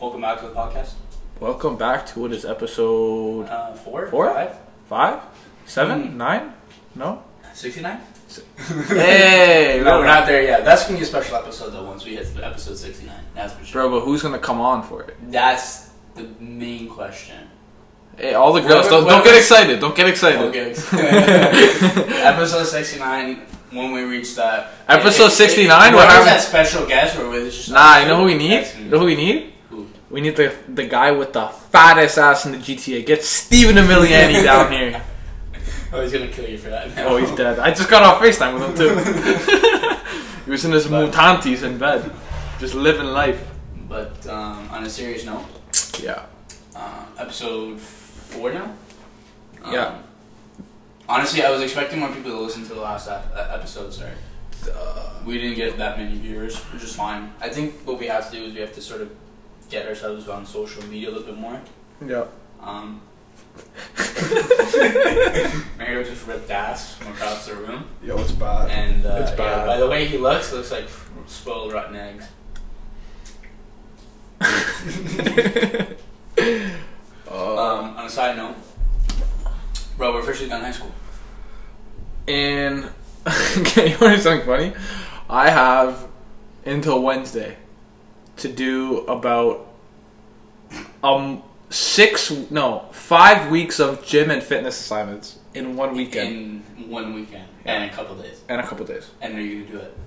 Welcome back to the podcast. Welcome back to what is episode Uh, four? Four? Five? five, Mm. seven, nine? No? 69? hey, No, we're not there yet. That's going to be a special episode, though, once we hit the episode 69. That's for sure. Bro, but who's gonna come on for it? That's the main question. Hey, all the girls, Whatever- don't, don't whatever- get excited. Don't get excited. Okay. episode 69, when we reach that. Episode It- it- 69? Who's We're having- that special guest or with just. Nah, you know who we need? You know who we need? Who? We need the the guy with the fattest ass in the GTA. Get Steven Emiliani down here. Oh, he's going to kill you for that. now. Oh, he's dead. I just got off FaceTime with him too. he was in his But- mutantes in bed, just living life. But um, on a serious note, Yeah. uh, episode four now. Um, Yeah. Honestly, I was expecting more people to listen to the last ep- uh, episode. Sorry, we didn't get that many viewers, which is fine. I think what we have to do is we have to sort of get ourselves on social media a little bit more. Yeah. Um, Mario just ripped ass from across the room, Yo, it's bad. and uh, It's yeah, bad. by the way he looks, looks like spoiled rotten eggs. Oh. Uh, Um, on a side note, bro, we're officially done high school. And okay, you want to something funny? I have until Wednesday to do about um six no five weeks of gym and fitness assignments in one weekend in one weekend Yeah. and a couple days. and a couple days. And are you gonna do it?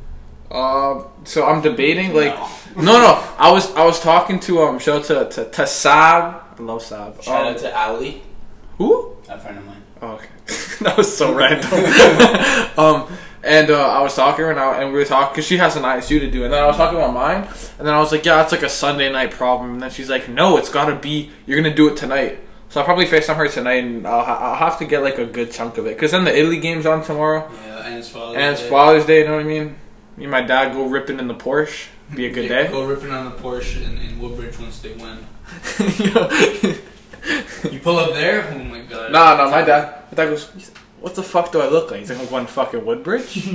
Um, so I'm debating like no. no. no I was I was talking to um show to to, to Saab I love Saab shout um, out to Ali, who a friend of mine. Oh, okay. that was so random. um, and uh, I was talking to her now, and we were talking because she has an ISU to do, and then I was talking about mine, and then I was like, yeah, it's like a Sunday night problem, and then she's like, no, it's gotta be, you're gonna do it tonight. So I'll probably FaceTime her tonight, and I'll, ha- I'll have to get like a good chunk of it, because then the Italy game's on tomorrow, Yeah, and it's Father's and it's Father's Day, you know what I mean? Me and my dad go ripping in the Porsche. Be a good day. Go ripping on the Porsche in, in Woodbridge once they win. Yeah. You pull up there. Oh my god. Nah, nah, my dad. My dad goes, "What the fuck do I look like?" He's like, "I'm going to fucking Woodbridge."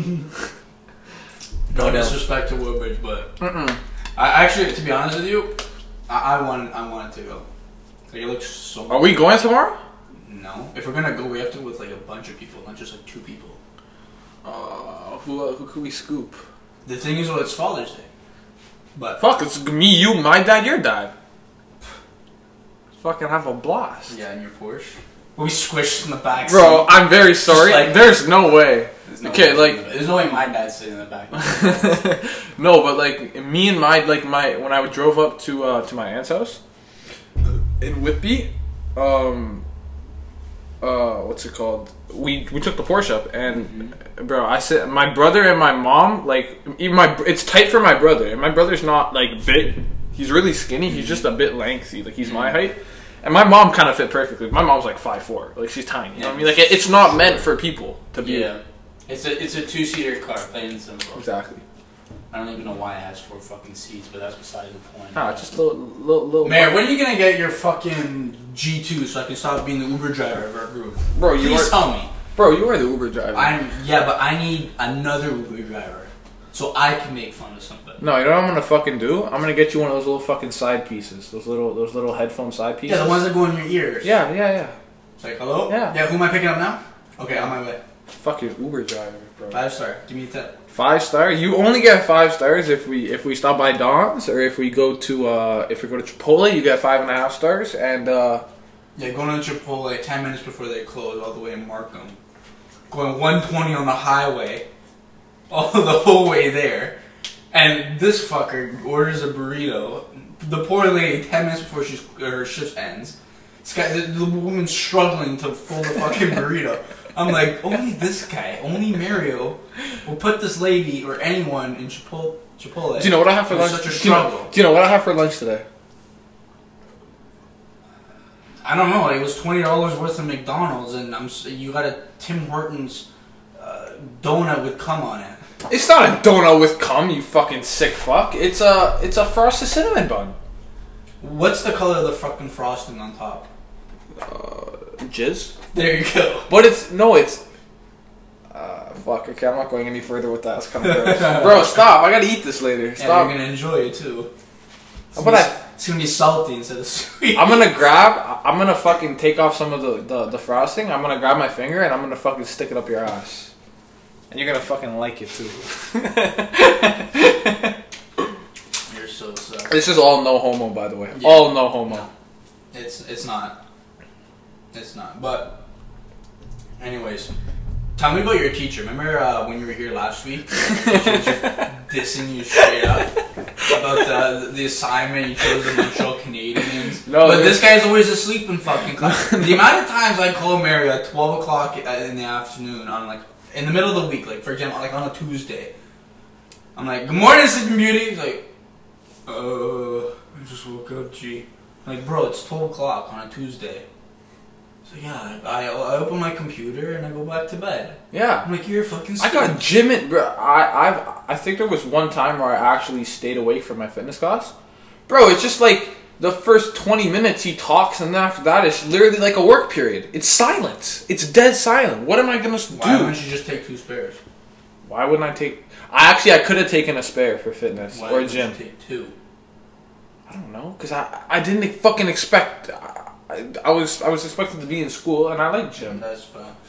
No disrespect to Woodbridge, but Mm-mm. I actually, to be honest with you, I, I wanted I wanted to go. Like it looks so. Are we going tomorrow? No. If we're gonna go, we have to with like a bunch of people, not just like two people. Uh, who who could we scoop? The thing is, well, it's Father's Day, but Fuck, it's me, you, my dad, your dad. Fucking have a blast. yeah, in your Porsche. We squished in the back. Bro, I'm very sorry. Just like- There's no way. There's no Okay, way- like- there's no way my dad's sitting in the back. no, but like me and my like my when I drove up to uh, to my aunt's house in Whitby, um, uh, what's it called? We we took the Porsche up and Mm-hmm. bro, I said my brother and my mom like even my br- it's tight for my brother and my brother's not like big. He's really skinny. He's just a bit lengthy. Like he's Mm-hmm. my height. And my mom kind of fit perfectly. My mom's like five four. Like she's tiny. You know what I mean? Like it, it's not meant for people to be. yeah, it's a it's a two seater car, plain and simple. Exactly. I don't even know why it has four fucking seats, but that's beside the point. Nah, just little little little. Mayor, when are you gonna get your fucking G two so I can stop being the Uber driver of our group? Bro, you Please are tell me. bro, you are the Uber driver. I'm yeah, but I need another Uber driver so I can make fun of somebody. no, you know what I'm gonna fucking do? I'm gonna get you one of those little fucking side pieces, those little those little headphone side pieces. Yeah, the ones that go in your ears. Yeah, yeah, yeah. It's like hello. Yeah. Yeah. Who am I picking up now? Okay, on my way. Fucking Uber driver, bro. Five star. Give me a tip. Five star. You only get five stars if we if we stop by Don's or if we go to uh if we go to Chipotle, you get five and a half stars. And uh Yeah, going to Chipotle ten minutes before they close, all the way in Markham. Going 120 on the highway, all the whole way there, and this fucker orders a burrito. The poor lady, ten minutes before she's, her shift ends, this guy, the, the woman's struggling to fold the fucking burrito. I'm like, only this guy, only Mario, will put this lady or anyone in Chipotle. Chipotle. do you know what I have for It lunch? was such a do, you know, struggle. do you know what I have for lunch today? I don't know. It was twenty dollars worth of McDonald's, and I'm s- you got a Tim Hortons uh, donut with cum on it. It's not a donut with cum, you fucking sick fuck. It's a it's a frosted cinnamon bun. What's the color of the fucking frosting on top? Jizz. There you go. But it's no, it's. Uh, fuck. Okay, I'm not going any further with that. It's kind of gross. Bro, stop! I gotta eat this later. And Stop. you're gonna enjoy it too. How about It's I- It's gonna be salty instead of sweet. I'm gonna grab. I'm gonna fucking take off some of the, the the frosting. I'm gonna grab my finger and I'm gonna fucking stick it up your ass, and you're gonna fucking like it too. You're so suck. this is all no homo, by the way. Yeah. All no homo. It's it's not. It's not. But anyways, tell me about your teacher. Remember uh, when you were here last week? She was just dissing you straight up about the, the assignment you chose the Montreal Canadiens. No, but dude. this guy's always asleep in fucking class. the amount of times I call Mary at twelve o'clock uh, in the afternoon on like in the middle of the week, like for example, like on a Tuesday. I'm like, "Good morning, Sleeping Beauty." He's like, "Uh, I just woke up, G." I'm like, bro, it's twelve o'clock on a Tuesday. So yeah, I, I open my computer and I go back to bed. Yeah. I'm like, you're fucking. I stupid." got gym it, bro. I I've, I think there was one time where I actually stayed awake for my fitness class, bro. It's just like the first twenty minutes he talks, and then after that, it's literally like a work period. It's silence. It's dead silent. What am I gonna s- do? Why wouldn't you just take two spares? Why wouldn't I take? I actually I could have taken a spare for fitness Why or would gym. You take two. I don't know because I I didn't e-, fucking expect. I, I was I was expected to be in school and I like And gym. that's facts.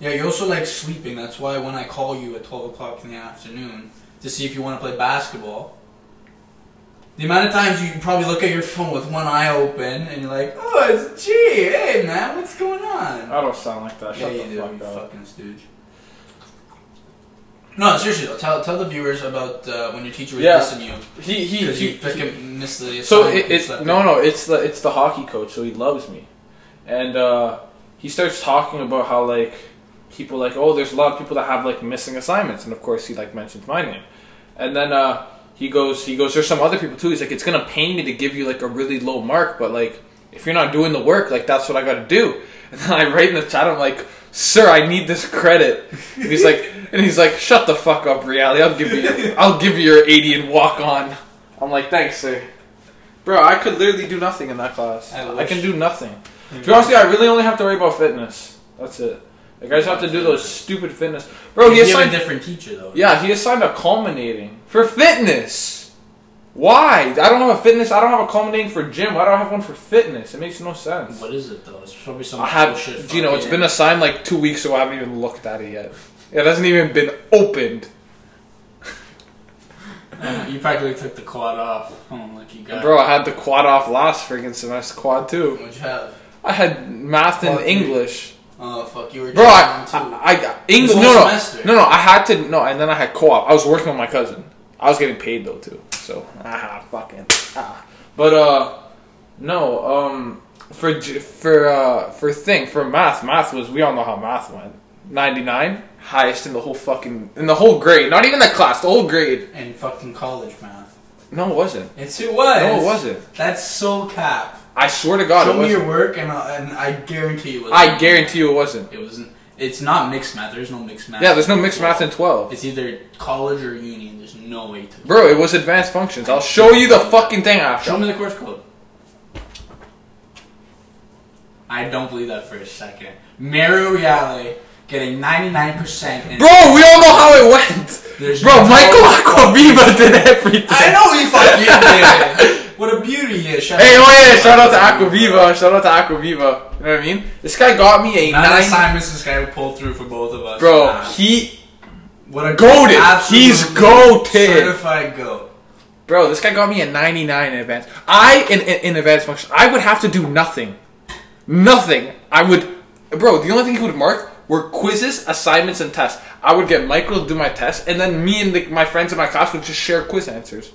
Yeah, you also like sleeping. That's why when I call you at 12 o'clock in the afternoon to see if you want to play basketball, the amount of times you probably look at your phone with one eye open and you're like, oh, it's G. Hey, man, what's going on? I don't sound like that. yeah, Ah, Shut you do, the fuck you up. fucking stooge. No, seriously, though, tell, tell the viewers about uh, when your teacher was Yeah. dissing you He he because he. you fucking missed the so assignment it, and it's slept no no it's the it's the hockey coach. So he loves me, and uh, he starts talking about how like people like oh there's a lot of people that have like missing assignments, and of course he like mentions my name, and then uh, he goes he goes there's some other people too. He's like it's gonna pain me to give you like a really low mark, but like if you're not doing the work, like that's what I gotta do. And then I write in the chat, I'm like, sir, I need this credit. And he's like, and he's like, shut the fuck up, reality. I'll give you, I'll give you your 80 and walk on. I'm like, thanks, sir. Bro, I could literally do nothing in that class. I I, wish. can do nothing. To be honest, with you, I really only have to worry about fitness. That's it. Like I just have to do those stupid fitness. Bro, he You have a assigned. different teacher though. Yeah, he assigned a culminating for fitness. Why? I don't have a fitness. I don't have a culminating for gym. Why do I have one for fitness? It makes no sense. What is it though? It's probably some I have. bullshit. You know, it's been assigned like two weeks, so I haven't even looked at it yet. It hasn't even been opened. a. You practically took the quad off. Oh, lucky guy. Bro, I had the quad off last freaking semester. Quad two. What'd you have? I had math and Quad three. English. Oh fuck, you were Bro, I, down too. I, I got English. whole No, no, semester. no, no. I had to no, and then I had co-op. I was working with my cousin. I was getting paid though too. So ah, fucking ah. But uh, no. Um, for j- for uh for thing for math, math was we all know how math went. Ninety nine, highest in the whole fucking in the whole grade. Not even the class, the whole grade. In fucking college math. No, it wasn't. It's it was. No, it wasn't. That's so cap. I swear to God, it Show me wasn't. your work, and I, and I guarantee you. It wasn't. I guarantee you, it wasn't. It wasn't. It's not mixed math. There's no mixed math. Yeah, there's no mixed math in twelve. It's either college or uni. and There's no way to. Bro, it was advanced functions. I'll show you the fucking thing after. Show me the course code. I don't believe that for a second. Mario Yale getting 99% in Bro, we all know how it went. There's Bro, no- Michael Aquaviva did everything. I know he fucking did. What a beauty he is. Shout Hey, out oh to yeah, shout out to Aquaviva. Aquaviva. Shout out to Aquaviva. You know what I mean? This guy got me a None of the nine. assignments this guy pulled through for both of us. Bro, Nah. he. what a goated. absolute He's goated. Certified goat. Bro, this guy got me a 99 in advance. I, in, in, in advanced function, I would have to do nothing. Nothing. I would. Bro, the only thing he would mark were quizzes, assignments, and tests. I would get Michael to do my tests, and then me and the, my friends in my class would just share quiz answers.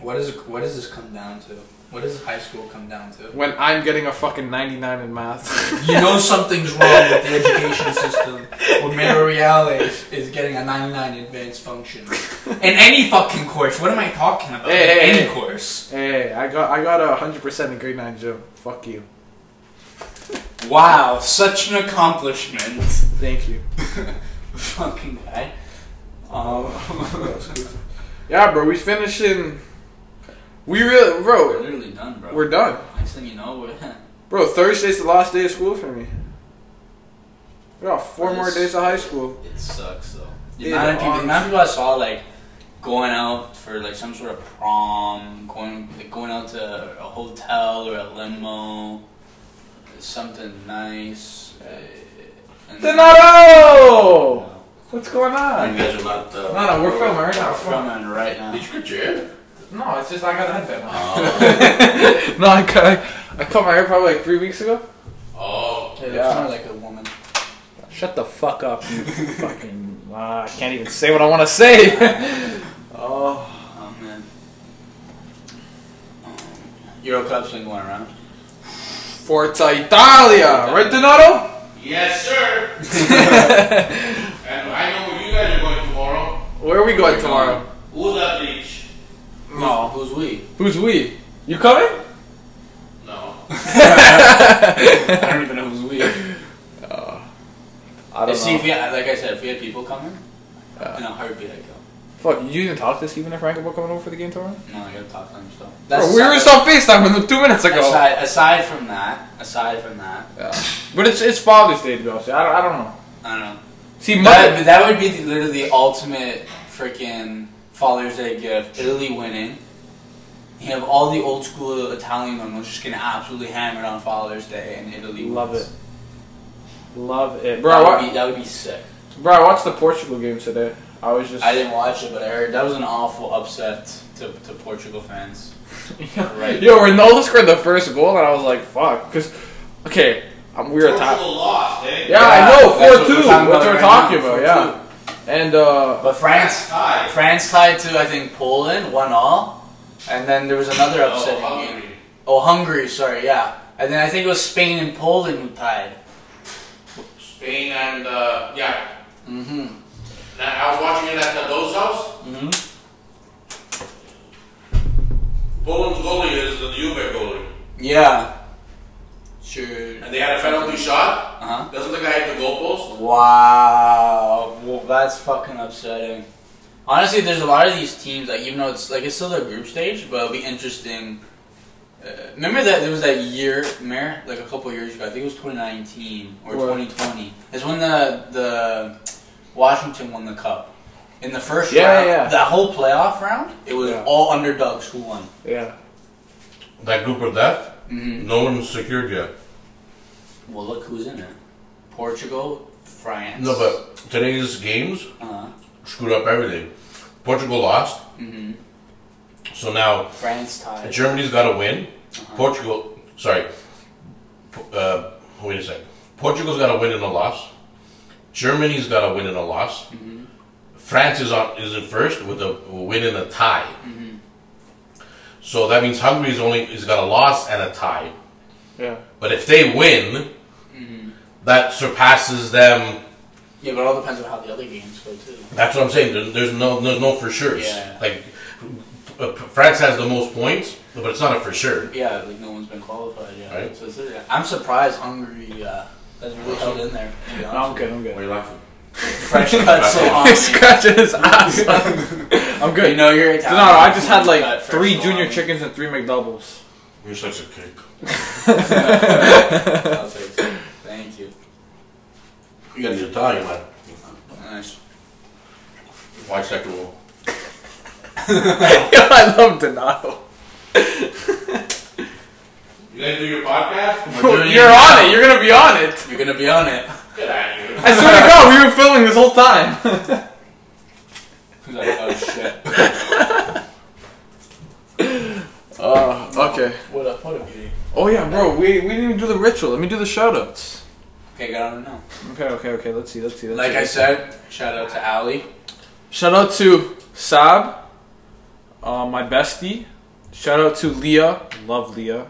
What is what does this come down to? What does high school come down to? When I'm getting a fucking 99 in math. You know something's wrong with the education system when Mario Reale is, is getting a 99 advanced function. In any fucking course. What am I talking about? Hey, In hey, any hey. course. Hey, I got I got a hundred percent in grade nine gym. Fuck you. Wow, such an accomplishment. Thank you. fucking guy. Um, Yeah, bro, we finishing. We we're really, bro, literally done, bro. we're done, Next thing you know, we're bro. Thursday's the last day of school for me. We got four more days of high school. it sucks though. The Yeah, amount of people, the honestly. amount of people I saw like going out for like some sort of prom, going like going out to a hotel or a limo, something nice. Uh, and Donato! What's going on? You guys are not. Uh, No, no, we're filming right now. We're We're filming. filming right Did now. you get your hair? No, it's just I got a headband on. Oh. No, I cut, I cut my hair probably like three weeks ago. oh. It Yeah. looks more like a woman. Shut the fuck up, you fucking. Ah, I can't even say what I want to say. oh. Oh man. Um, Euro Cup's been going around. Forza Italia! Right, Donato? Yes, sir. and I know where you guys are going tomorrow. Where are we going tomorrow? Ula Beach. No. Who's we? Who's we? You coming? No. I don't even know who's we. I don't See, know. if we had, like I said, if we had people coming, in a heartbeat I'd go. Fuck, you didn't talk to Steven and Frank about coming over for the game tomorrow? No, I gotta talk to them still. Bro, we were just on FaceTime with them two minutes ago. aside, aside from that, aside from that, Yeah. But it's it's Father's Day to be honest. I don't, I don't know. I don't know. See, That, my, would- that would be the, literally the ultimate freaking Father's Day gift. Italy winning. You have all the old school Italian women just gonna absolutely hammer it on Father's Day and Italy wins. Love it. Love it. Bro, Bro, that would, I, be, wa- that would be sick. bro, I watched the Portugal game today. I was just. I didn't watch it, but I heard that was an awful upset to, to Portugal fans. Right. Yo, Ronaldo scored the first goal, and I was like, fuck. Because, okay, um, we were top. Portugal lost, eh? Yeah, I know, that's 4 2. what That's we're talking about right what we're talking now, about, yeah. And, uh. But France, Hi. France tied to I think Poland, one all, and then there was another Oh, upsetting game. Hungary. Oh, Hungary, sorry, yeah. And then I think it was Spain and Poland who tied. Spain and uh, yeah. Mm-hmm. Now, I was watching it at Nadeau's house. Mm-hmm. Poland's goalie is the Juve goalie, Yeah. Sure. and they had a penalty shot. Uh-huh. Doesn't the guy hit the goalpost? Wow. Well, that's fucking upsetting. Honestly, there's a lot of these teams, like, even though it's, like, it's still their group stage, but it'll be interesting. Uh, remember that there was that year, Mayor, like a couple years ago, I think it was 2019 or What? 2020. It's when the, the Washington won the cup. In the first Yeah, round, yeah. that whole playoff round, it was Yeah. all underdogs who won. Yeah. That group of death. Mhm. No one's secured yet. Well, look who's in it. Portugal, France. No, but today's games Uh, screwed up everything. Portugal lost, hmm so now France tied. Germany's got to win. Portugal, sorry. Po- Uh, wait a sec. Portugal's got to win in a loss. Germany's got to win in a loss. Mm-hmm. France is on is in first with a win and a tie. Mm-hmm. So that means Hungary's only is got a loss and a tie. Yeah. But if they win, Mm-hmm. that surpasses them. Yeah, but it all depends on how the other games go too. That's what I'm saying. There- There's no there's no for sure. Yeah. Like uh, France has the most points, but it's not a for sure. Yeah, like no one's been qualified yet. Right. So it's, yeah. I'm surprised Hungary uh, has really held in there. To be No, I'm honest. good, I'm Why good. are you laughing? Fresh cut so He's on. scratching his ass. I'm good. You know you're Italian. No, no, I just had Cut like fresh three junior salami. chickens and three McDoubles. You're such a kick. Perfect. Thank you. You got the Italian man. Nice. Watch that rule. Yo, I love Donato. You guys do your podcast? We're doing You're it now. on it. You're gonna be on it. You're gonna be on it. Get out of here. I swear to God, we were filming this whole time. He's like, oh shit. Uh, okay. What a what a beauty. Oh yeah, bro. We, we didn't even do the ritual. Let me do the shoutouts. Okay, got on it now. Okay, okay, okay. Let's see. Let's see. Let's Like see. I said, shout out to Ali. Shout out to Sab, uh, my bestie. Shout out to Leah. Love Leah.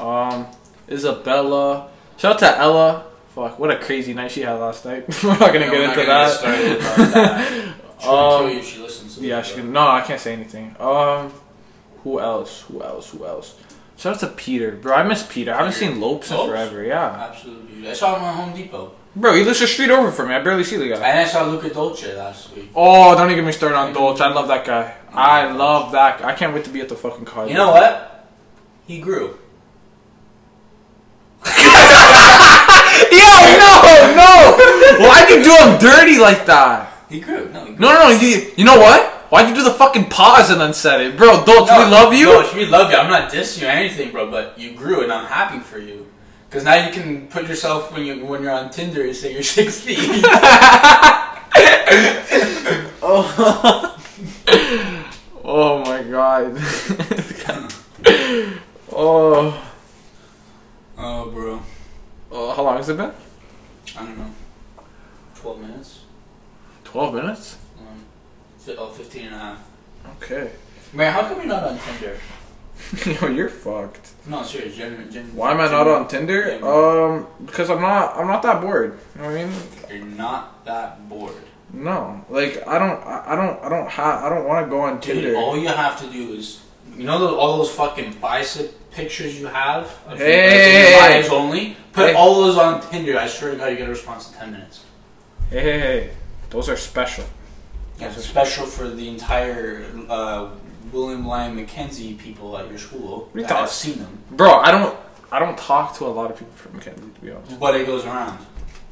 Um, Isabella. Shout out to Ella. Fuck, what a crazy night she had last night. we're not gonna Yeah, get we're not gonna into that. get started about that. She'll Um, kill you if she listens. To Yeah, this, she bro. can. No, I can't say anything. Um, who else? Who else? Who else? Shout out to Peter, bro. I miss Peter. I haven't Peter. seen Lopes in Lopes? forever. Yeah, Absolute beauty. I saw him at Home Depot, bro, he lives a street over from me. I barely see the guy. and I saw Luca Dolce last week. Oh, don't even get me started on Dolce. I love that guy. I love that. Guy. I can't wait to be at the fucking car. Oh You know what? He grew. Yo, no, no. Why you do him dirty like that? He grew. No, he grew. No, no, no. You, you know what? Why'd you do the fucking pause and then said it, bro? Don't No, we love you? No, we love you. I'm not dissing you or anything, bro. But you grew, and I'm happy for you. Cause now you can put yourself when you when you're on Tinder and say you're six feet. Oh. oh my god. oh. oh, bro. oh. How long has it been? I don't know. Twelve minutes. 12 minutes? Um, fi- oh, 15 and a half. Okay. Man, how come you're not on Tinder? Yo, you're fucked. No, serious. Gen- gen- Why am I not on Tinder? Um, because I'm not. I'm not that bored. You know what I mean? You're not that bored. No, like I don't. I I don't. I don't have. I don't want to go on Dude, Tinder. all you have to do is you know those, all those fucking bicep pictures you have of your- Hey. of your eyes only. Put Hey. all those on Tinder. I swear to God, you get a response in ten minutes. Hey, hey, hey. Those are special. Yeah, it's special for the entire uh, William Lyon Mackenzie people at your school. We that talk. I've seen them, Bro, I don't. I don't talk to a lot of people from Mackenzie, to be honest. but it goes around.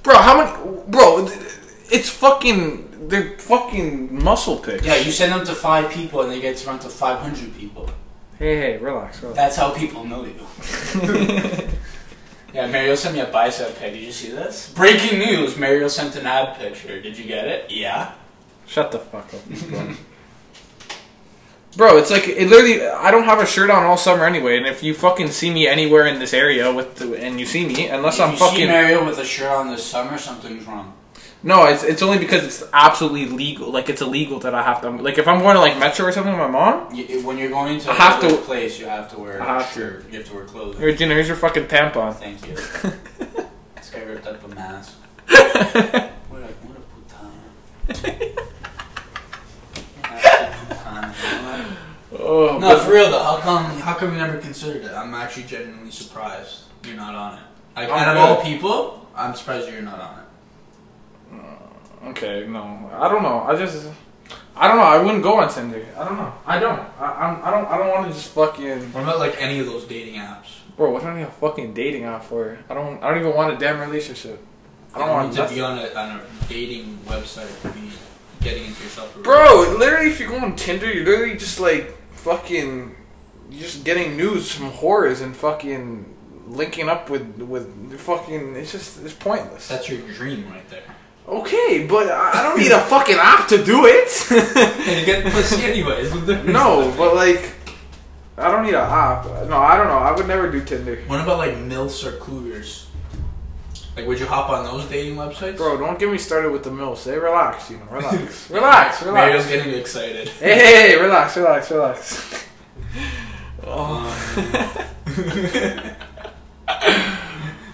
Bro, how many? Bro, th- it's fucking. They're fucking muscle pics. Yeah, you send them to five people, and they get around to five hundred people. Hey, hey, relax, relax. That's how people know you. yeah, Mario sent me a bicep pic. Did you see this? Breaking news: Mario sent an ab picture. Did you get it? Yeah. Shut the fuck up. Bro. Bro, it's like it literally. I don't have a shirt on all summer anyway, and if you fucking see me anywhere in this area with, the, and you see me, unless if I'm you see fucking Mario with a shirt on this summer, something's wrong. no, it's it's only because it's absolutely legal. Like it's illegal that I have to. Like if I'm going to like Metro or something with my mom, You, when you're going to I have another to- place, you have to wear. I a have to. shirt. You have to wear clothes. here, Gina, here's your fucking tampon. Thank you. this guy ripped up a mask. What a, what a putana. Yeah, Oh, no, for real though. How come? How come you never considered it? I'm actually genuinely surprised you're not on it. Like, out of I'm good. all people, I'm surprised you're not on it. Okay, no, I don't know. I just, I don't know. I wouldn't go on Tinder. I don't know. I don't. I, I'm. I don't. I don't want to just fucking. What about like any of those dating apps? Bro, what do I need a fucking dating app for? I don't. I don't even want a damn relationship. I don't You want need to nothing. be on a, on a dating website to be getting into yourself. a relationship. Bro, literally, if you go on Tinder, you're literally just like fucking, you're just getting news from whores and fucking linking up with with fucking. It's just it's pointless. that's your dream right there. Okay, but I I don't need a fucking app to do it. And you get pussy anyways. what difference no, does it but like, I don't need an app. No, I don't know. I would never do Tinder. make? what about like MILFs or cougars? Like, would you hop on those dating websites? Bro, don't get me started with the milfs. Hey, relax, you know, relax, relax, relax. Mario's getting excited. Hey, hey, hey, relax, relax, relax. Oh,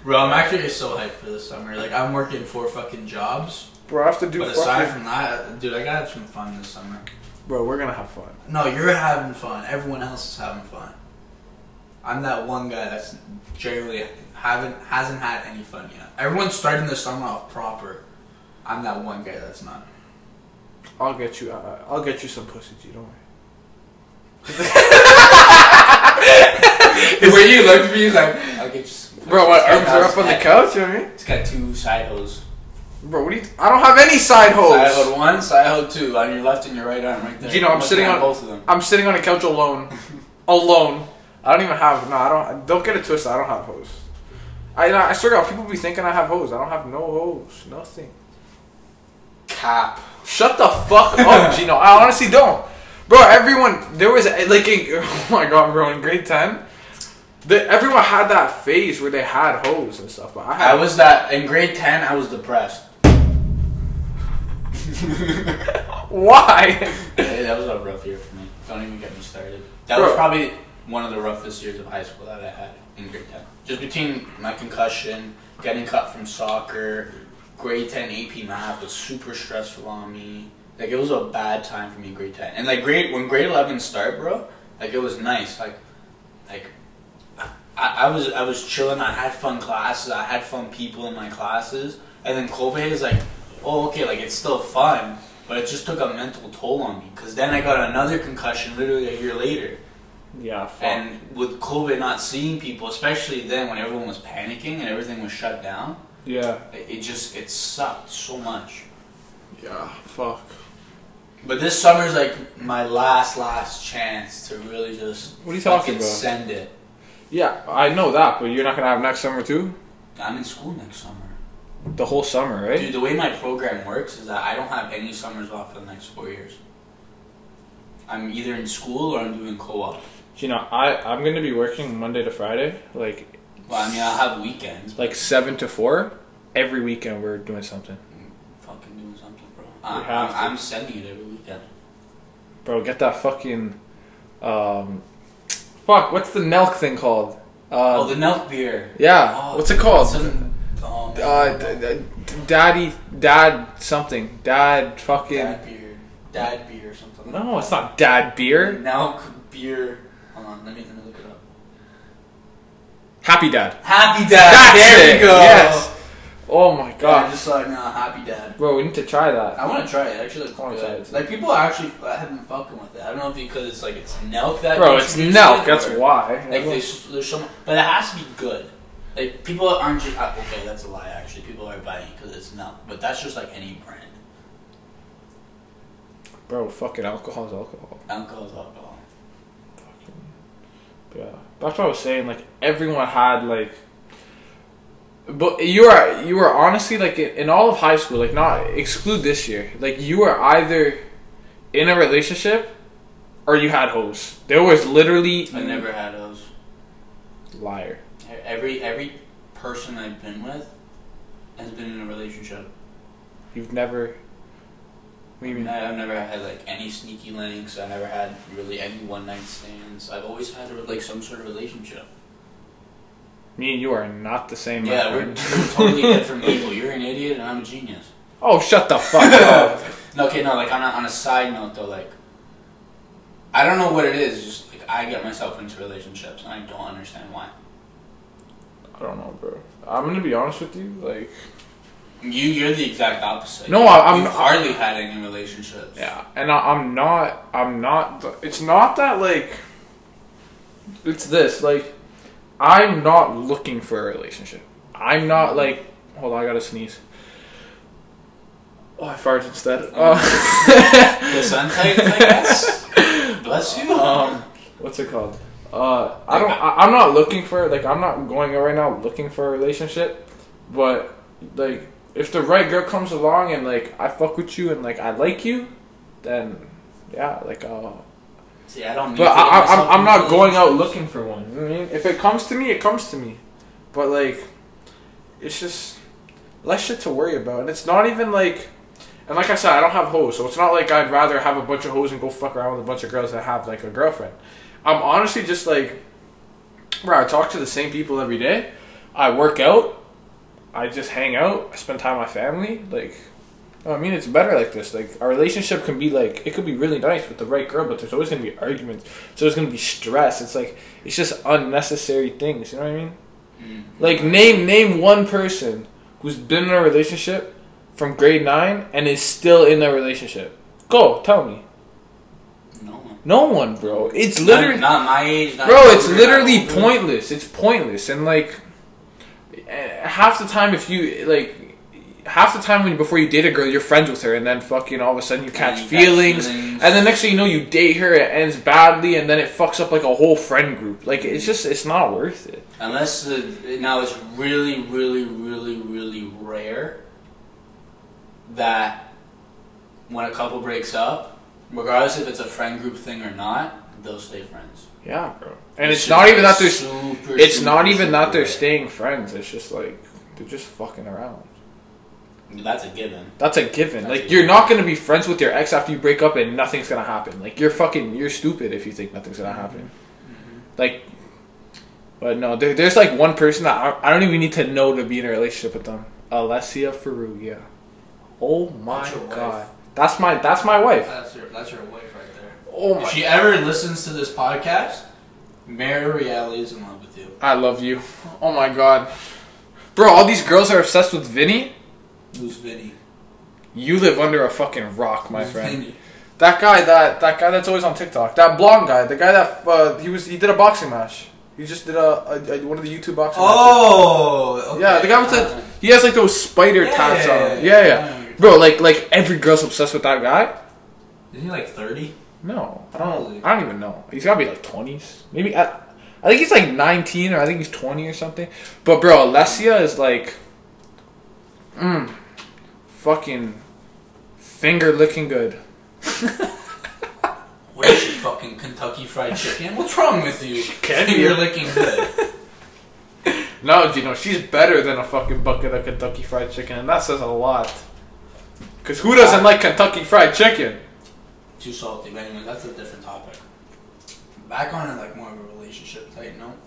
Bro, I'm actually so hyped for this summer. Like, I'm working four fucking jobs. Bro, I have to do but aside fucking. from that, dude, I gotta have some fun this summer. Bro, we're gonna have fun. No, you're having fun. Everyone else is having fun. I'm that one guy that's generally haven't hasn't had any fun yet. Everyone's starting the summer off proper. I'm that one guy that's not. I'll get you. Uh, I'll get you some pussy, G. Don't worry. The way you looked at me, like, I'll get you some. Bro, what This arms guy are has- up on the couch? You know what I mean? It's got two side hose. Bro, what do you? I don't have any side Oh, Side hose holes. one, side hose two, on your left and your right arm, right there. Gino, I'm Must sitting have on- both of them. I'm sitting on a couch alone. alone. I don't even have. No, I don't. Don't get it twisted. I don't have hoes. I I I swear to God, people be thinking I have hoes. I don't have no hoes. Nothing. Cap. Shut the fuck up, Gino. I honestly don't. Bro, everyone, there was like, in, oh my god, bro, in grade 10, the, everyone had that phase where they had hoes and stuff, but I had I was that in grade ten. I was depressed. Why? Hey, that was a rough year for me. Don't even get me started. That Bro. was probably one of the roughest years of high school that I had in grade 10. Just between my concussion, getting cut from soccer, grade 10 AP math was super stressful on me. Like, it was a bad time for me in grade 10. And, like, grade when grade 11 started, bro, like, it was nice. Like, like I, I was I was chilling. I had fun classes. I had fun people in my classes. And then COVID is like, oh okay, like it's still fun, but it just took a mental toll on me. Cause then I got another concussion literally a year later. Yeah, fuck. And with COVID not seeing people, especially then when everyone was panicking and everything was shut down, yeah. it, it just it sucked so much. Yeah, fuck. But this summer's like my last, last chance to really just. What are you talking fucking about? Send it. Yeah, I know that, but you're not gonna have next summer too. I'm in school next summer. The whole summer, right? Dude, the way my program works is that I don't have any summers off for the next four years. I'm either in school or I'm doing co-op. You know, I I'm gonna be working Monday to Friday, like Well, I mean, I'll have weekends. But like seven to four. Every weekend we're doing something, fucking doing something, bro. Ah, I'm, have to. I'm, I'm sending it every weekend. bro. Get that fucking, um, fuck. What's the Nelk thing called? Uh, oh, the Nelk beer. yeah. Oh, what's it called? some- um, uh, d- d- d- daddy, dad, something, dad, fucking. dad beer. Dad beer or something. No, it's not dad beer. Nelk beer. Hold on, let me, let me look it up. Happy dad. Happy Dad. That's Ah, there we it, go. yes. Oh my God, I gosh, just like no Happy Dad. bro, we need to try that. I want to try it. Actually, looks I wanna good. try it, too. Like people are actually uh, have been fucking with it. I don't know if because it's like it's Nelk that. Bro, it's introduced Nelk. it, That's or- why. Like there's there's some, but it has to be good. Like people aren't just uh, okay. That's a lie. Actually, people are buying because it's Nelk, but that's just like any brand. Bro, fucking alcohol is alcohol. Alcohol is alcohol. Yeah, that's what I was saying. Like everyone had like, but you were you were honestly like in in all of high school, like not exclude this year. Like you were either in a relationship or you had hoes. There was literally I never had those. E, liar. Every every person I've been with has been in a relationship. You've never. What do you mean? I- I've never had like any sneaky links. I never had really any one night stands. I've always had like some sort of relationship. Me and you are not the same. my Yeah, we're, friend. we're totally different people. You're an idiot and I'm a genius. oh, shut the fuck up. No, okay, no. Like on a, on a side note though, like I don't know what it is. Just like I get myself into relationships and I don't understand why. I don't know, bro. I'm gonna be honest with you. Like, You you're the exact opposite. No, I- I'm- You've hardly had any relationships. Yeah, and I, I'm not. I'm not. It's not that like. It's this like, I'm not looking for a relationship. I'm not like. Hold on, I gotta sneeze. Oh, I farted instead. Uh, The sun type, I guess. Bless you. um, what's it called? Uh, I don't. I, I'm not looking for like. I'm not going right now looking for a relationship, but like, if the right girl comes along and like I fuck with you and like I like you, then yeah, like I'll. See, I don't. need But to get I, I, myself I'm, I'm into not going out relationships. looking for one. You know what I mean, if it comes to me, it comes to me. But like, it's just less shit to worry about, and it's not even like, and like I said, I don't have hoes, so it's not like I'd rather have a bunch of hoes and go fuck around with a bunch of girls that have like a girlfriend. I'm honestly just like, bro, I talk to the same people every day. I work out. I just hang out. I spend time with my family. Like, I mean, it's better like this. Like, our relationship can be like, it could be really nice with the right girl, but there's always gonna be arguments. So there's gonna be stress. It's like, it's just unnecessary things. You know what I mean? Mm. Like, name name one person who's been in a relationship from grade nine and is still in a relationship. Go tell me. No one. No one, bro. It's literally not, not my age. Not bro younger, it's not literally older. pointless it's pointless and like eh, half the time if you like half the time when before you date a girl you're friends with her and then fucking all of a sudden you catch you catch feelings, feelings. and the next thing you know you date her it ends badly and then it fucks up like a whole friend group like it's just it's not worth it Unless the, now it's really, really, really, really rare that when a couple breaks up, regardless if it's a friend group thing or not, they'll stay friends. yeah bro and It's it's not just even that they're super, it's super, not even that super they're rare. staying friends it's just like they're just fucking around That's a given. That's a given. That's a like given. you're not gonna be friends with your ex after you break up and nothing's gonna happen. Like you're fucking you're stupid if you think nothing's gonna Mm-hmm. happen. Like, but no, there, there's like one person that I, I don't even need to know to be in a relationship with them. Alessia Ferrugia. Oh my That's your wife. Uh, god, that's my that's my wife. That's your that's your wife right there. Oh If my. she ever listens to this podcast, Mary Reale is in love with you. I love you. Oh my god, bro. All these girls are obsessed with Vinny. Who's Vinny? You live under a fucking rock, my Who's friend. Vinny? That guy, that that guy that's always on TikTok, that blonde guy, the guy that uh, he was he did a boxing match. He just did a, a, a- one of the YouTube boxing. Oh, okay. matches. yeah, the guy with Uh, the he has like those spider Yeah, tats yeah, on. yeah, Yeah, yeah, yeah. bro, like like every girl's obsessed with that guy. Isn't he like 30? No, I don't. I don't even know. He's got to be like twenties, maybe. I, I think he's like nineteen, or I think he's twenty or something. But bro, Alessia is like, mm, fucking finger licking good. What is she fucking Kentucky Fried Chicken? What's wrong with you? can be. You're looking good. No, you know she's better than a fucking bucket of Kentucky Fried Chicken, and that says a lot. Cause who doesn't like Kentucky Fried Chicken? Too salty, but anyway, that's a different topic. Back on it, like more of a relationship type note.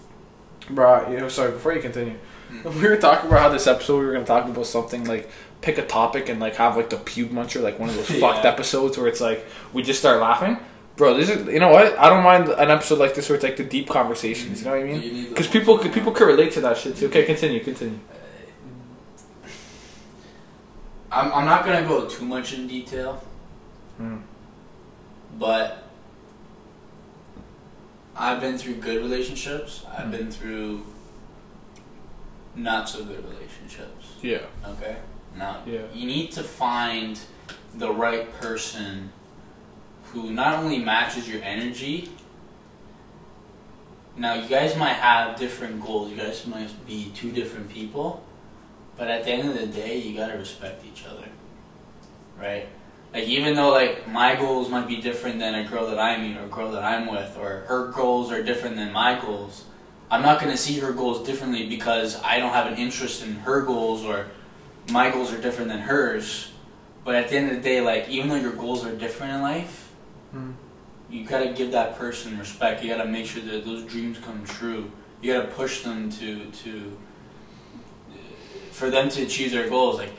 Bro, you know, sorry, before you continue, we were talking about how this episode we were going to talk about something like pick a topic and like have like the pube muncher, like one of those Yeah. fucked episodes where it's like we just start laughing. Bro, these are, you know what? I don't mind an episode like this where it's like the deep conversations, you know what I mean? You need the- Because people, could- people could relate to that shit too. Okay, continue, continue. I'm, I'm not gonna go too much in detail, Hmm. but I've been through good relationships. Hmm. I've been through not so good relationships. Yeah. Okay. Now Yeah. you need to find the right person who not only matches your energy. Now you guys might have different goals. You guys might be two different people, but at the end of the day, you gotta respect each other, right? Like even though like my goals might be different than a girl that I meet or a girl that I'm with, or her goals are different than my goals, I'm not gonna see her goals differently because I don't have an interest in her goals or my goals are different than hers. But at the end of the day, like even though your goals are different in life, Mm. you gotta give that person respect. You gotta make sure that those dreams come true. You gotta push them to to for them to achieve their goals. Like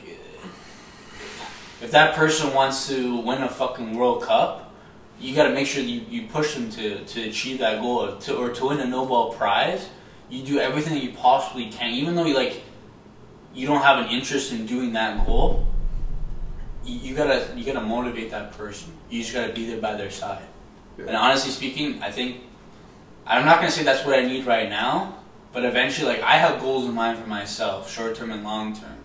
if that person wants to win a fucking World Cup, you gotta make sure that you, you push them to, to achieve that goal or to, or to win a Nobel Prize. You do everything that you possibly can, even though you like you don't have an interest in doing that goal, you, you gotta you gotta motivate that person. You just gotta be there by their side. And honestly speaking, I think I'm not gonna say that's what I need right now, but eventually, like I have goals in mind for myself, short term and long term.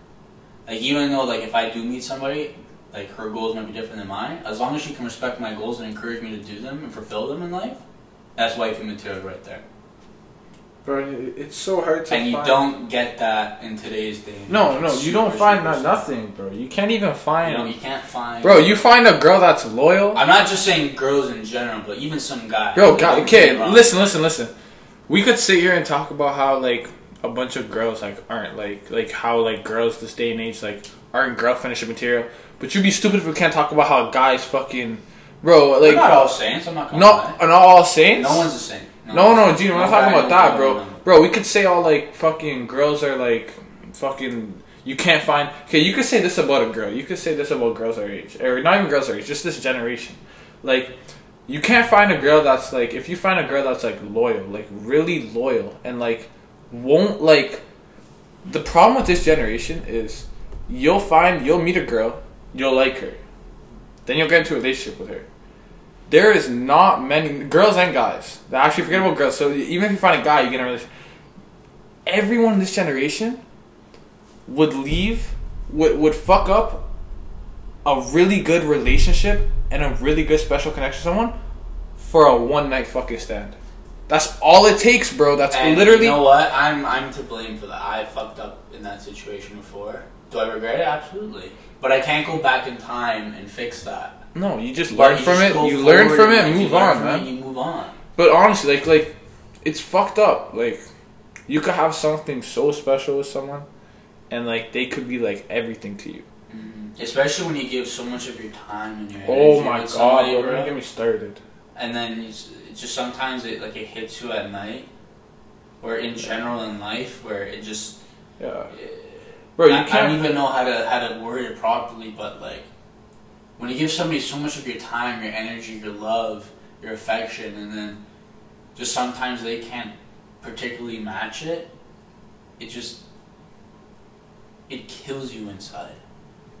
Like even though like if I do meet somebody, like her goals might be different than mine. As long as she can respect my goals and encourage me to do them and fulfill them in life, that's wifey material right there. Bro, it- it's so hard to And you find- don't get that in today's day. and No, age. no, It's you don't super, find super that sad. nothing, bro. You can't even find. You know, you can't find. Bro, you find a girl that's loyal. I'm not just saying girls in general, but even some guys. Bro, God, Don't get okay, me wrong. listen, listen, listen. We could sit here and talk about how like a bunch of girls like aren't like like how like girls this day and age like aren't girl finishing material. But you'd be stupid if we can't talk about how guys fucking bro We're like not all saints. I'm not. Gonna no lie. are not all saints. no one's a saint. no, no, Gene, we're not talking guy, about that, no bro. woman. Bro, we could say all like fucking girls are like fucking. You can't find. Okay, you could say this about a girl. You could say this about girls our age, or not even girls our age, just this generation. Like, you can't find a girl that's like. If you find a girl that's like loyal, like really loyal, and like won't like. The problem with this generation is, you'll find you'll meet a girl, you'll like her, then you'll get into a relationship with her. There is not many girls and guys. Actually, forget about girls. So even if you find a guy, you get in a relationship. Everyone in this generation would leave, would would fuck up a really good relationship and a really good special connection with someone for a one night fucking stand. That's all it takes, bro. That's And literally You know what? I'm I'm to blame for that. I fucked up in that situation before. Do I regret it? Absolutely. But I can't go back in time and fix that. no. You just Like, learn from just it. go You learn forward, from it. and if you Move learn on, from man. it, You move on. But honestly, like like it's fucked up. Like you could have something so special with someone and like they could be like everything to you. Especially when you give so much of your time and your energy. Oh my with god, somebody, bro, bro. don't get me started. and then it's, it's just sometimes it like it hits you at night or in general in life where it just Yeah. I, Bro, you I don't can't even know how to how to word it properly but like when you give somebody so much of your time your energy your love your affection and then just sometimes they can't particularly match it it just it kills you inside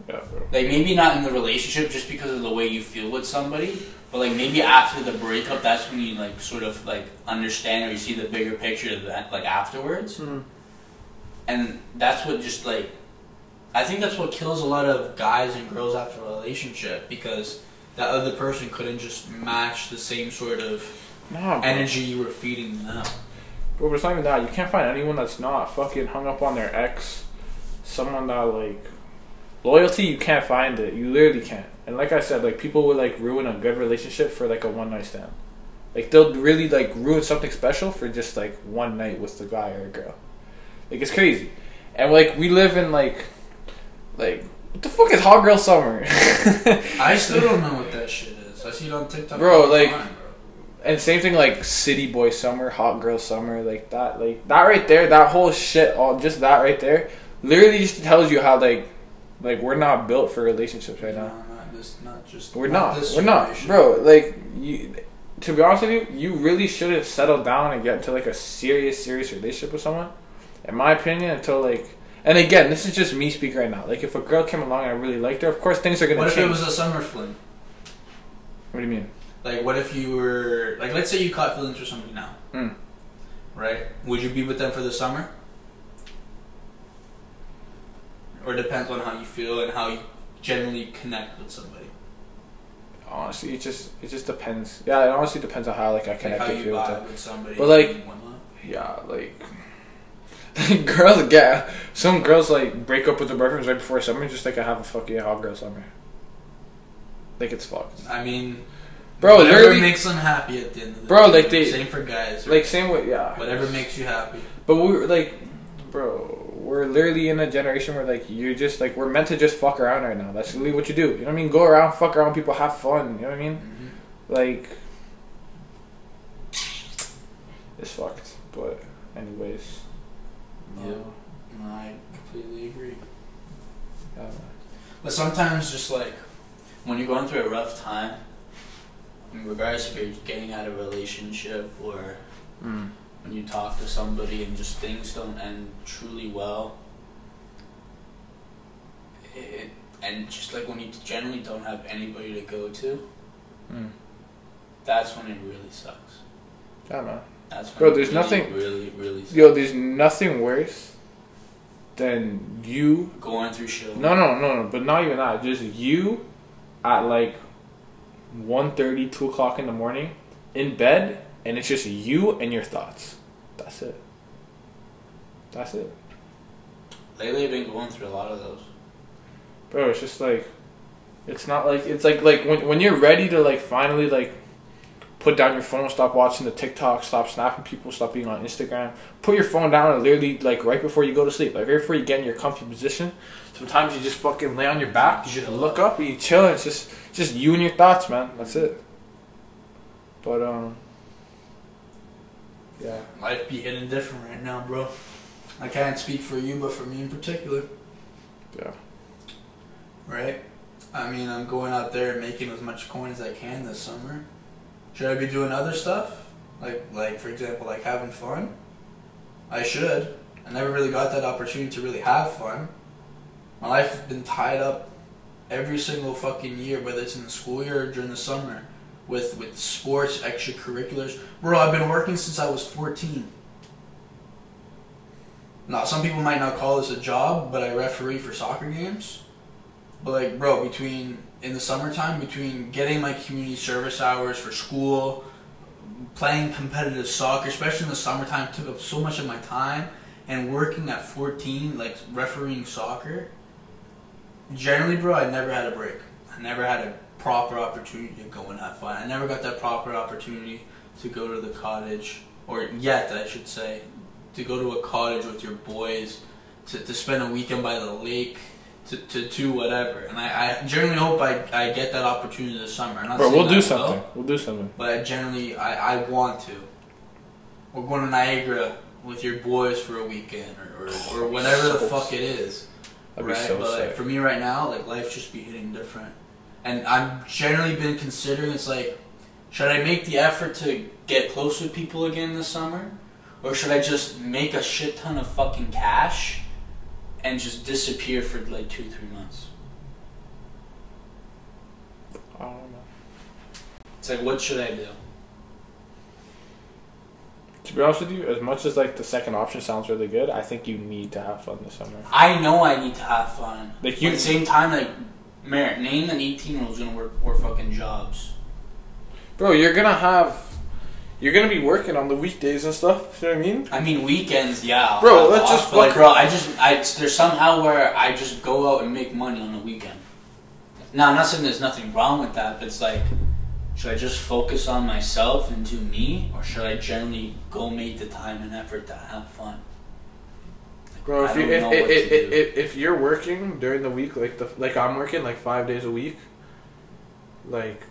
yeah, bro. like maybe not in the relationship just because of the way you feel with somebody but like maybe after the breakup that's when you like sort of like understand or you see the bigger picture of that like afterwards Mhm. and that's what just like i think that's what kills a lot of guys and girls after a relationship because that other person couldn't just match the same sort of Nah, bro. energy you were feeding them. Bro, but it's not even that. You can't find anyone that's not fucking hung up on their ex. Someone that like loyalty, you can't find it. You literally can't. And like I said, like people would like ruin a good relationship for like a one night stand. Like they'll really like ruin something special for just like one night with the guy or girl. Like it's crazy. And like we live in like like what the fuck is hot girl summer? I still don't know what that shit is. I see it on TikTok. Bro, all the like- time, bro. And same thing like city boy summer, hot girl summer, like that, like that right there, that whole shit, all just that right there, literally just tells you how like, like we're not built for relationships right now. No, not this, not just. We're not, this we're not, generation. bro. Like you, to be honest with you, you really shouldn't settle down and get into like a serious, serious relationship with someone. In my opinion, until like, and again, this is just me speaking right now. Like if a girl came along and I really liked her, of course things are gonna What if change. it was a summer fling? what do you mean? Like, what if you were like, let's say you caught feelings for somebody now, Hmm. right? Would you be with them for the summer? Or depends on how you feel and how you generally connect with somebody. Honestly, it just it just depends. Yeah, it honestly depends on how like I Like connect how with you you. with them. vibe with somebody. But, like- and whatnot. Yeah, like girls get some girls like break up with their boyfriends right before summer just like I have a fucking hot girl summer. Like it's fucked. I mean, Bro, whatever literally- makes them happy at the end of the Bro, day. like, they- same for guys. Like same way yeah. whatever makes you happy. But we're like bro, we're literally in a generation where like you're just like we're meant to just fuck around right now. That's literally what you do. You know what I mean? Go around, fuck around, people have fun, you know what I mean? Mhm. Like it's fucked. But anyways. Yeah. um, No, I completely agree. I don't know. But sometimes, just like when you're going through a rough time, in regards if you're getting out of a relationship or Hmm. Mm. when you talk to somebody and just things don't end truly well, it, and just like when you generally don't have anybody to go to, Mm. that's when it really sucks. I don't know. That's when Bro, it there's really, nothing- really, really sucks. Yo, there's nothing worse than you. going through shit. No, no, no, no. But not even that. Just you at like 1.30, 2 o'clock in the morning in bed, and it's just you and your thoughts. That's it. That's it. Lately, I've been going through a lot of those. bro it's just like it's not like it's like like when, when you're ready to like finally like put down your phone stop watching the tiktok stop snapping people stop being on instagram put your phone down and literally like right before you go to sleep like right before you get in your comfy position sometimes you just fucking lay on your back you just look up and you chill and it's just just you and your thoughts man that's it but um yeah life be hitting different right now, bro. I can't speak for you, but for me in particular. Yeah. Right. I mean, I'm going out there and making as much coin as I can this summer. Should I be doing other stuff? Like, like for example, like having fun. I should. I never really got that opportunity to really have fun. My life has been tied up every single fucking year, whether it's in the school year or during the summer, with with sports, extracurriculars. Bro, I've been working since I was 14. Now, some people might not call this a job, but I referee for soccer games. But like, bro, between in the summertime, between getting my community service hours for school, playing competitive soccer, especially in the summertime, took up so much of my time, and working at 14, like refereeing soccer. Generally, bro, I never had a break. I never had a proper opportunity to go and have fun. I never got that proper opportunity to go to the cottage, or yet I should say, to go to a cottage with your boys, to, to spend a weekend by the lake, to, to do whatever. And I, I generally hope I, I get that opportunity this summer. I'm not bro saying we'll I do will, something we'll do something but generally I, I want to. We're going to Niagara with your boys for a weekend or, or, or whatever the Oh, So fuck it is. that'd right? be so but like, sick for me right now, like life's just be hitting different. And I've generally been considering it's like, should I make the effort to get close with people again this summer? Or should I just make a shit ton of fucking cash and just disappear for like two, three months? I don't know. It's like, what should I do? to be honest with you as much as like the second option sounds really good i think you need to have fun this summer I know I need to have fun. Like Like you- you, at the same time, like Mer, name an 18 year old's gonna work four fucking jobs. Bro, you're gonna have, you're gonna be working on the weekdays and stuff. You know what I mean? I mean, weekends, yeah. Bro, I'll- let's I'll- just but, like, fuck- bro, I just, I there's somehow where I just go out and make money on the weekend. Now, I'm not saying there's nothing wrong with that, but it's like, should I just focus on myself and do me, or should I generally go make the time and effort to have fun? Like, Bro, I if you don't if, know if, what to if, if, do. if, you're working during the week, like the like I'm working like five days a week, like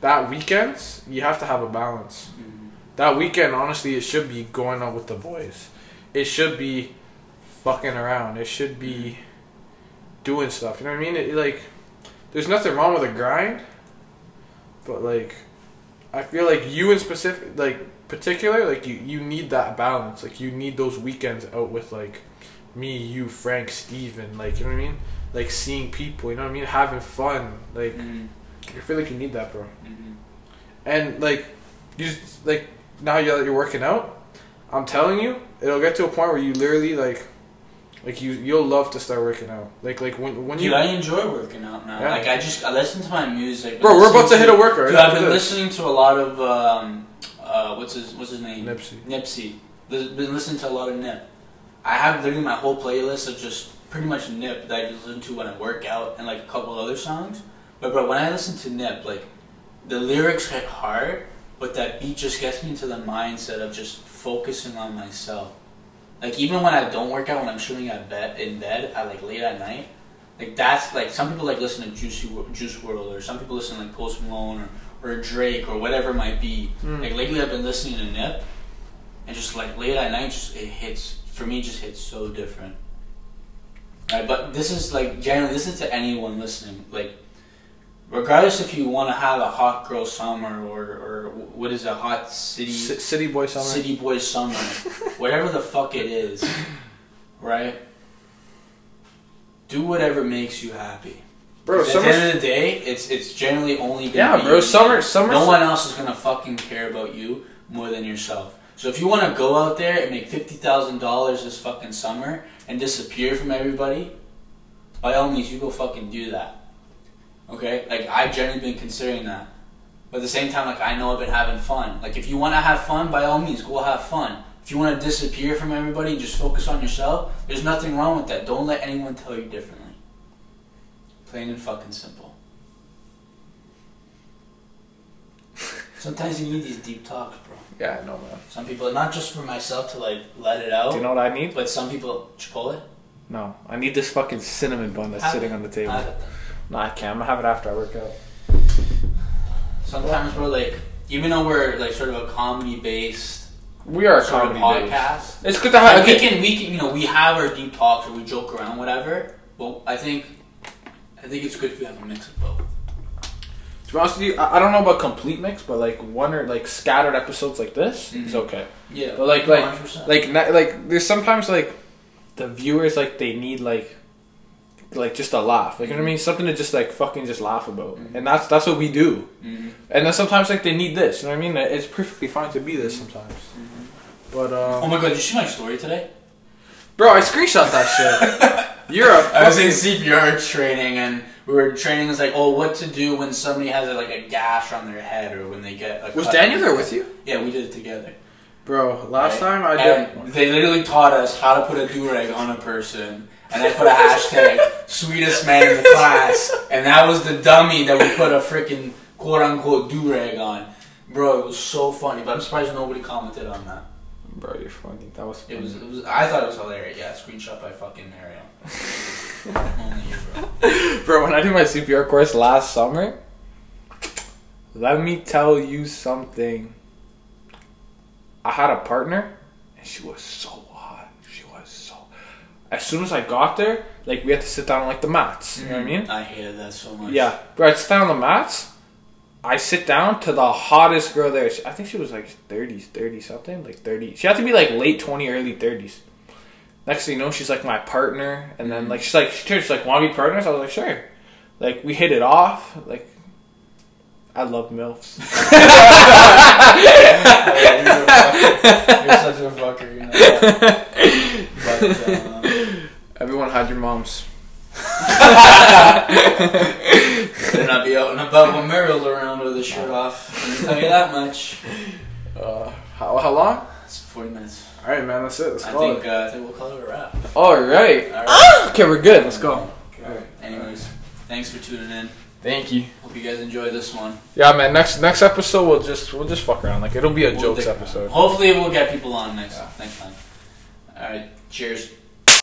that weekends you have to have a balance. Mhm. That weekend, honestly, it should be going out with the boys. It should be fucking around. It should Mm-hmm. be doing stuff. You know what I mean? It, like, there's nothing wrong with a grind, but like, I feel like you in specific, like particular, like you you need that balance. Like you need those weekends out with like me, you, Frank, Steven, Like you know what I mean? Like seeing people. You know what I mean? Having fun. Like Mhm. I feel like you need that, bro Mhm. and like you just, like now you're, you're working out i'm telling you it'll get to a point where you literally like like you you'll love to start working out like like when when you Dude, I enjoy working out now. Yeah. Like I just I listen to my music. bro we're about to hit a workout. worker Dude, right I've after been this. listening to a lot of um, uh, what's his what's his name Nipsey. Nipsey. Li- Been listening to a lot of Nip. I have literally my whole playlist of just pretty much Nip that I just listen to when I work out and like a couple other songs. But bro, when I listen to Nip, like the lyrics hit hard, but that beat just gets me into the mindset of just focusing on myself. Like even when I don't work out, when I'm shooting at bed in bed, I like late at night. Like that's like some people like listen to Juicy Wo- Juice World or some people listen to like Post Malone or, or Drake or whatever it might be. Mm. Like lately, I've been listening to Nip, and just like late at night, just it hits for me. it Just hits so different. Right, but this is like generally this is to anyone listening. Like regardless if you want to have a hot girl summer or or what is a hot city C- city boy summer City Boy Summer, whatever the fuck it is, right? Do whatever makes you happy. bro At the summer end of the day, it's it's generally only gonna yeah be bro you. summer summer No one else is gonna fucking care about you more than yourself. So if you want to go out there and make fifty thousand dollars this fucking summer and disappear from everybody, by all means, you go fucking do that. Okay, like I've generally been considering that, but at the same time, like I know I've been having fun. Like if you want to have fun, by all means, go have fun. If you want to disappear from everybody and just focus on yourself, there's nothing wrong with that. Don't let anyone tell you differently. Plain and fucking simple. Sometimes you need these deep talks, bro. yeah no man Some people, not just for myself to like let it out, do you know what i need but some people Chipotle. no i need this fucking cinnamon bun that's Have- sitting on the table I- no i can't i'm gonna have it after i work out Sometimes we're like, even though we're like sort of a comedy based we are a sort of comedy based. podcast, it's good to have like, we okay. can we can you know we have our deep talks or we joke around whatever. But I think I think it's good if we have a mix of both. to be honest with you I, I don't know about complete mix but like one or like scattered episodes like this Mhm. is okay Yeah, But, like- like- 100%. like not, like there's sometimes like the viewers like they need like like just a laugh like you know what i mean something to just like fucking just laugh about Mm-hmm. and that's that's what we do Mhm. and then sometimes like they need this you know what i mean it's perfectly fine to be this sometimes but oh um my god, did you see my story today? bro i screenshot that shit you're a I was in fucking CPR training and we were training. It's like, oh, what to do when somebody has like a gash on their head or when they get. A was cut. daniel there with you Yeah, we did it together. bro last Right. time i did And they literally taught us how to put a do rag on a person, and they put a hashtag "sweetest man in the class," and that was the dummy that we put a freaking quote unquote do rag on. Bro, it was so funny, but I'm surprised nobody commented on that. bro you're funny that was It was, it was I thought it was hilarious. Yeah, screenshot by fucking Mario. Only you, bro. Bro, when I did my CPR course last summer, let me tell you something. I had a partner, and she was so hot. She was so. As soon as I got there, like we had to sit down on like the mats. You know what I mean? I hated that so much. Yeah, bro. I sit down on the mats. I sit down to the hottest girl there. She- I think she was like 30s, 30 something, like 30. She had to be like late 20, early 30s. Next thing you know, she's like my partner, and then like she's like she turned, she's like want to be partners. I was like sure. Like we hit it off. Like I love milfs. You're such a fucker. You know. But, um, Everyone hide your moms. Better not be out and about when Meryl's around with his shirt off. I can tell you that much. Uh, how, how long? It's 40 minutes. All right, man. That's it. Let's I call think, it. uh, I think we'll call it a wrap. All right. All right. Okay, we're good. Let's go. Okay. Anyways, thanks for tuning in. Thank you. Hope you guys enjoy this one. Yeah, man. Next next episode, we'll just we'll just fuck around. Like it'll be a We'll jokes dick around. episode. Hopefully, we'll get people on next Yeah. next time. All right. Cheers.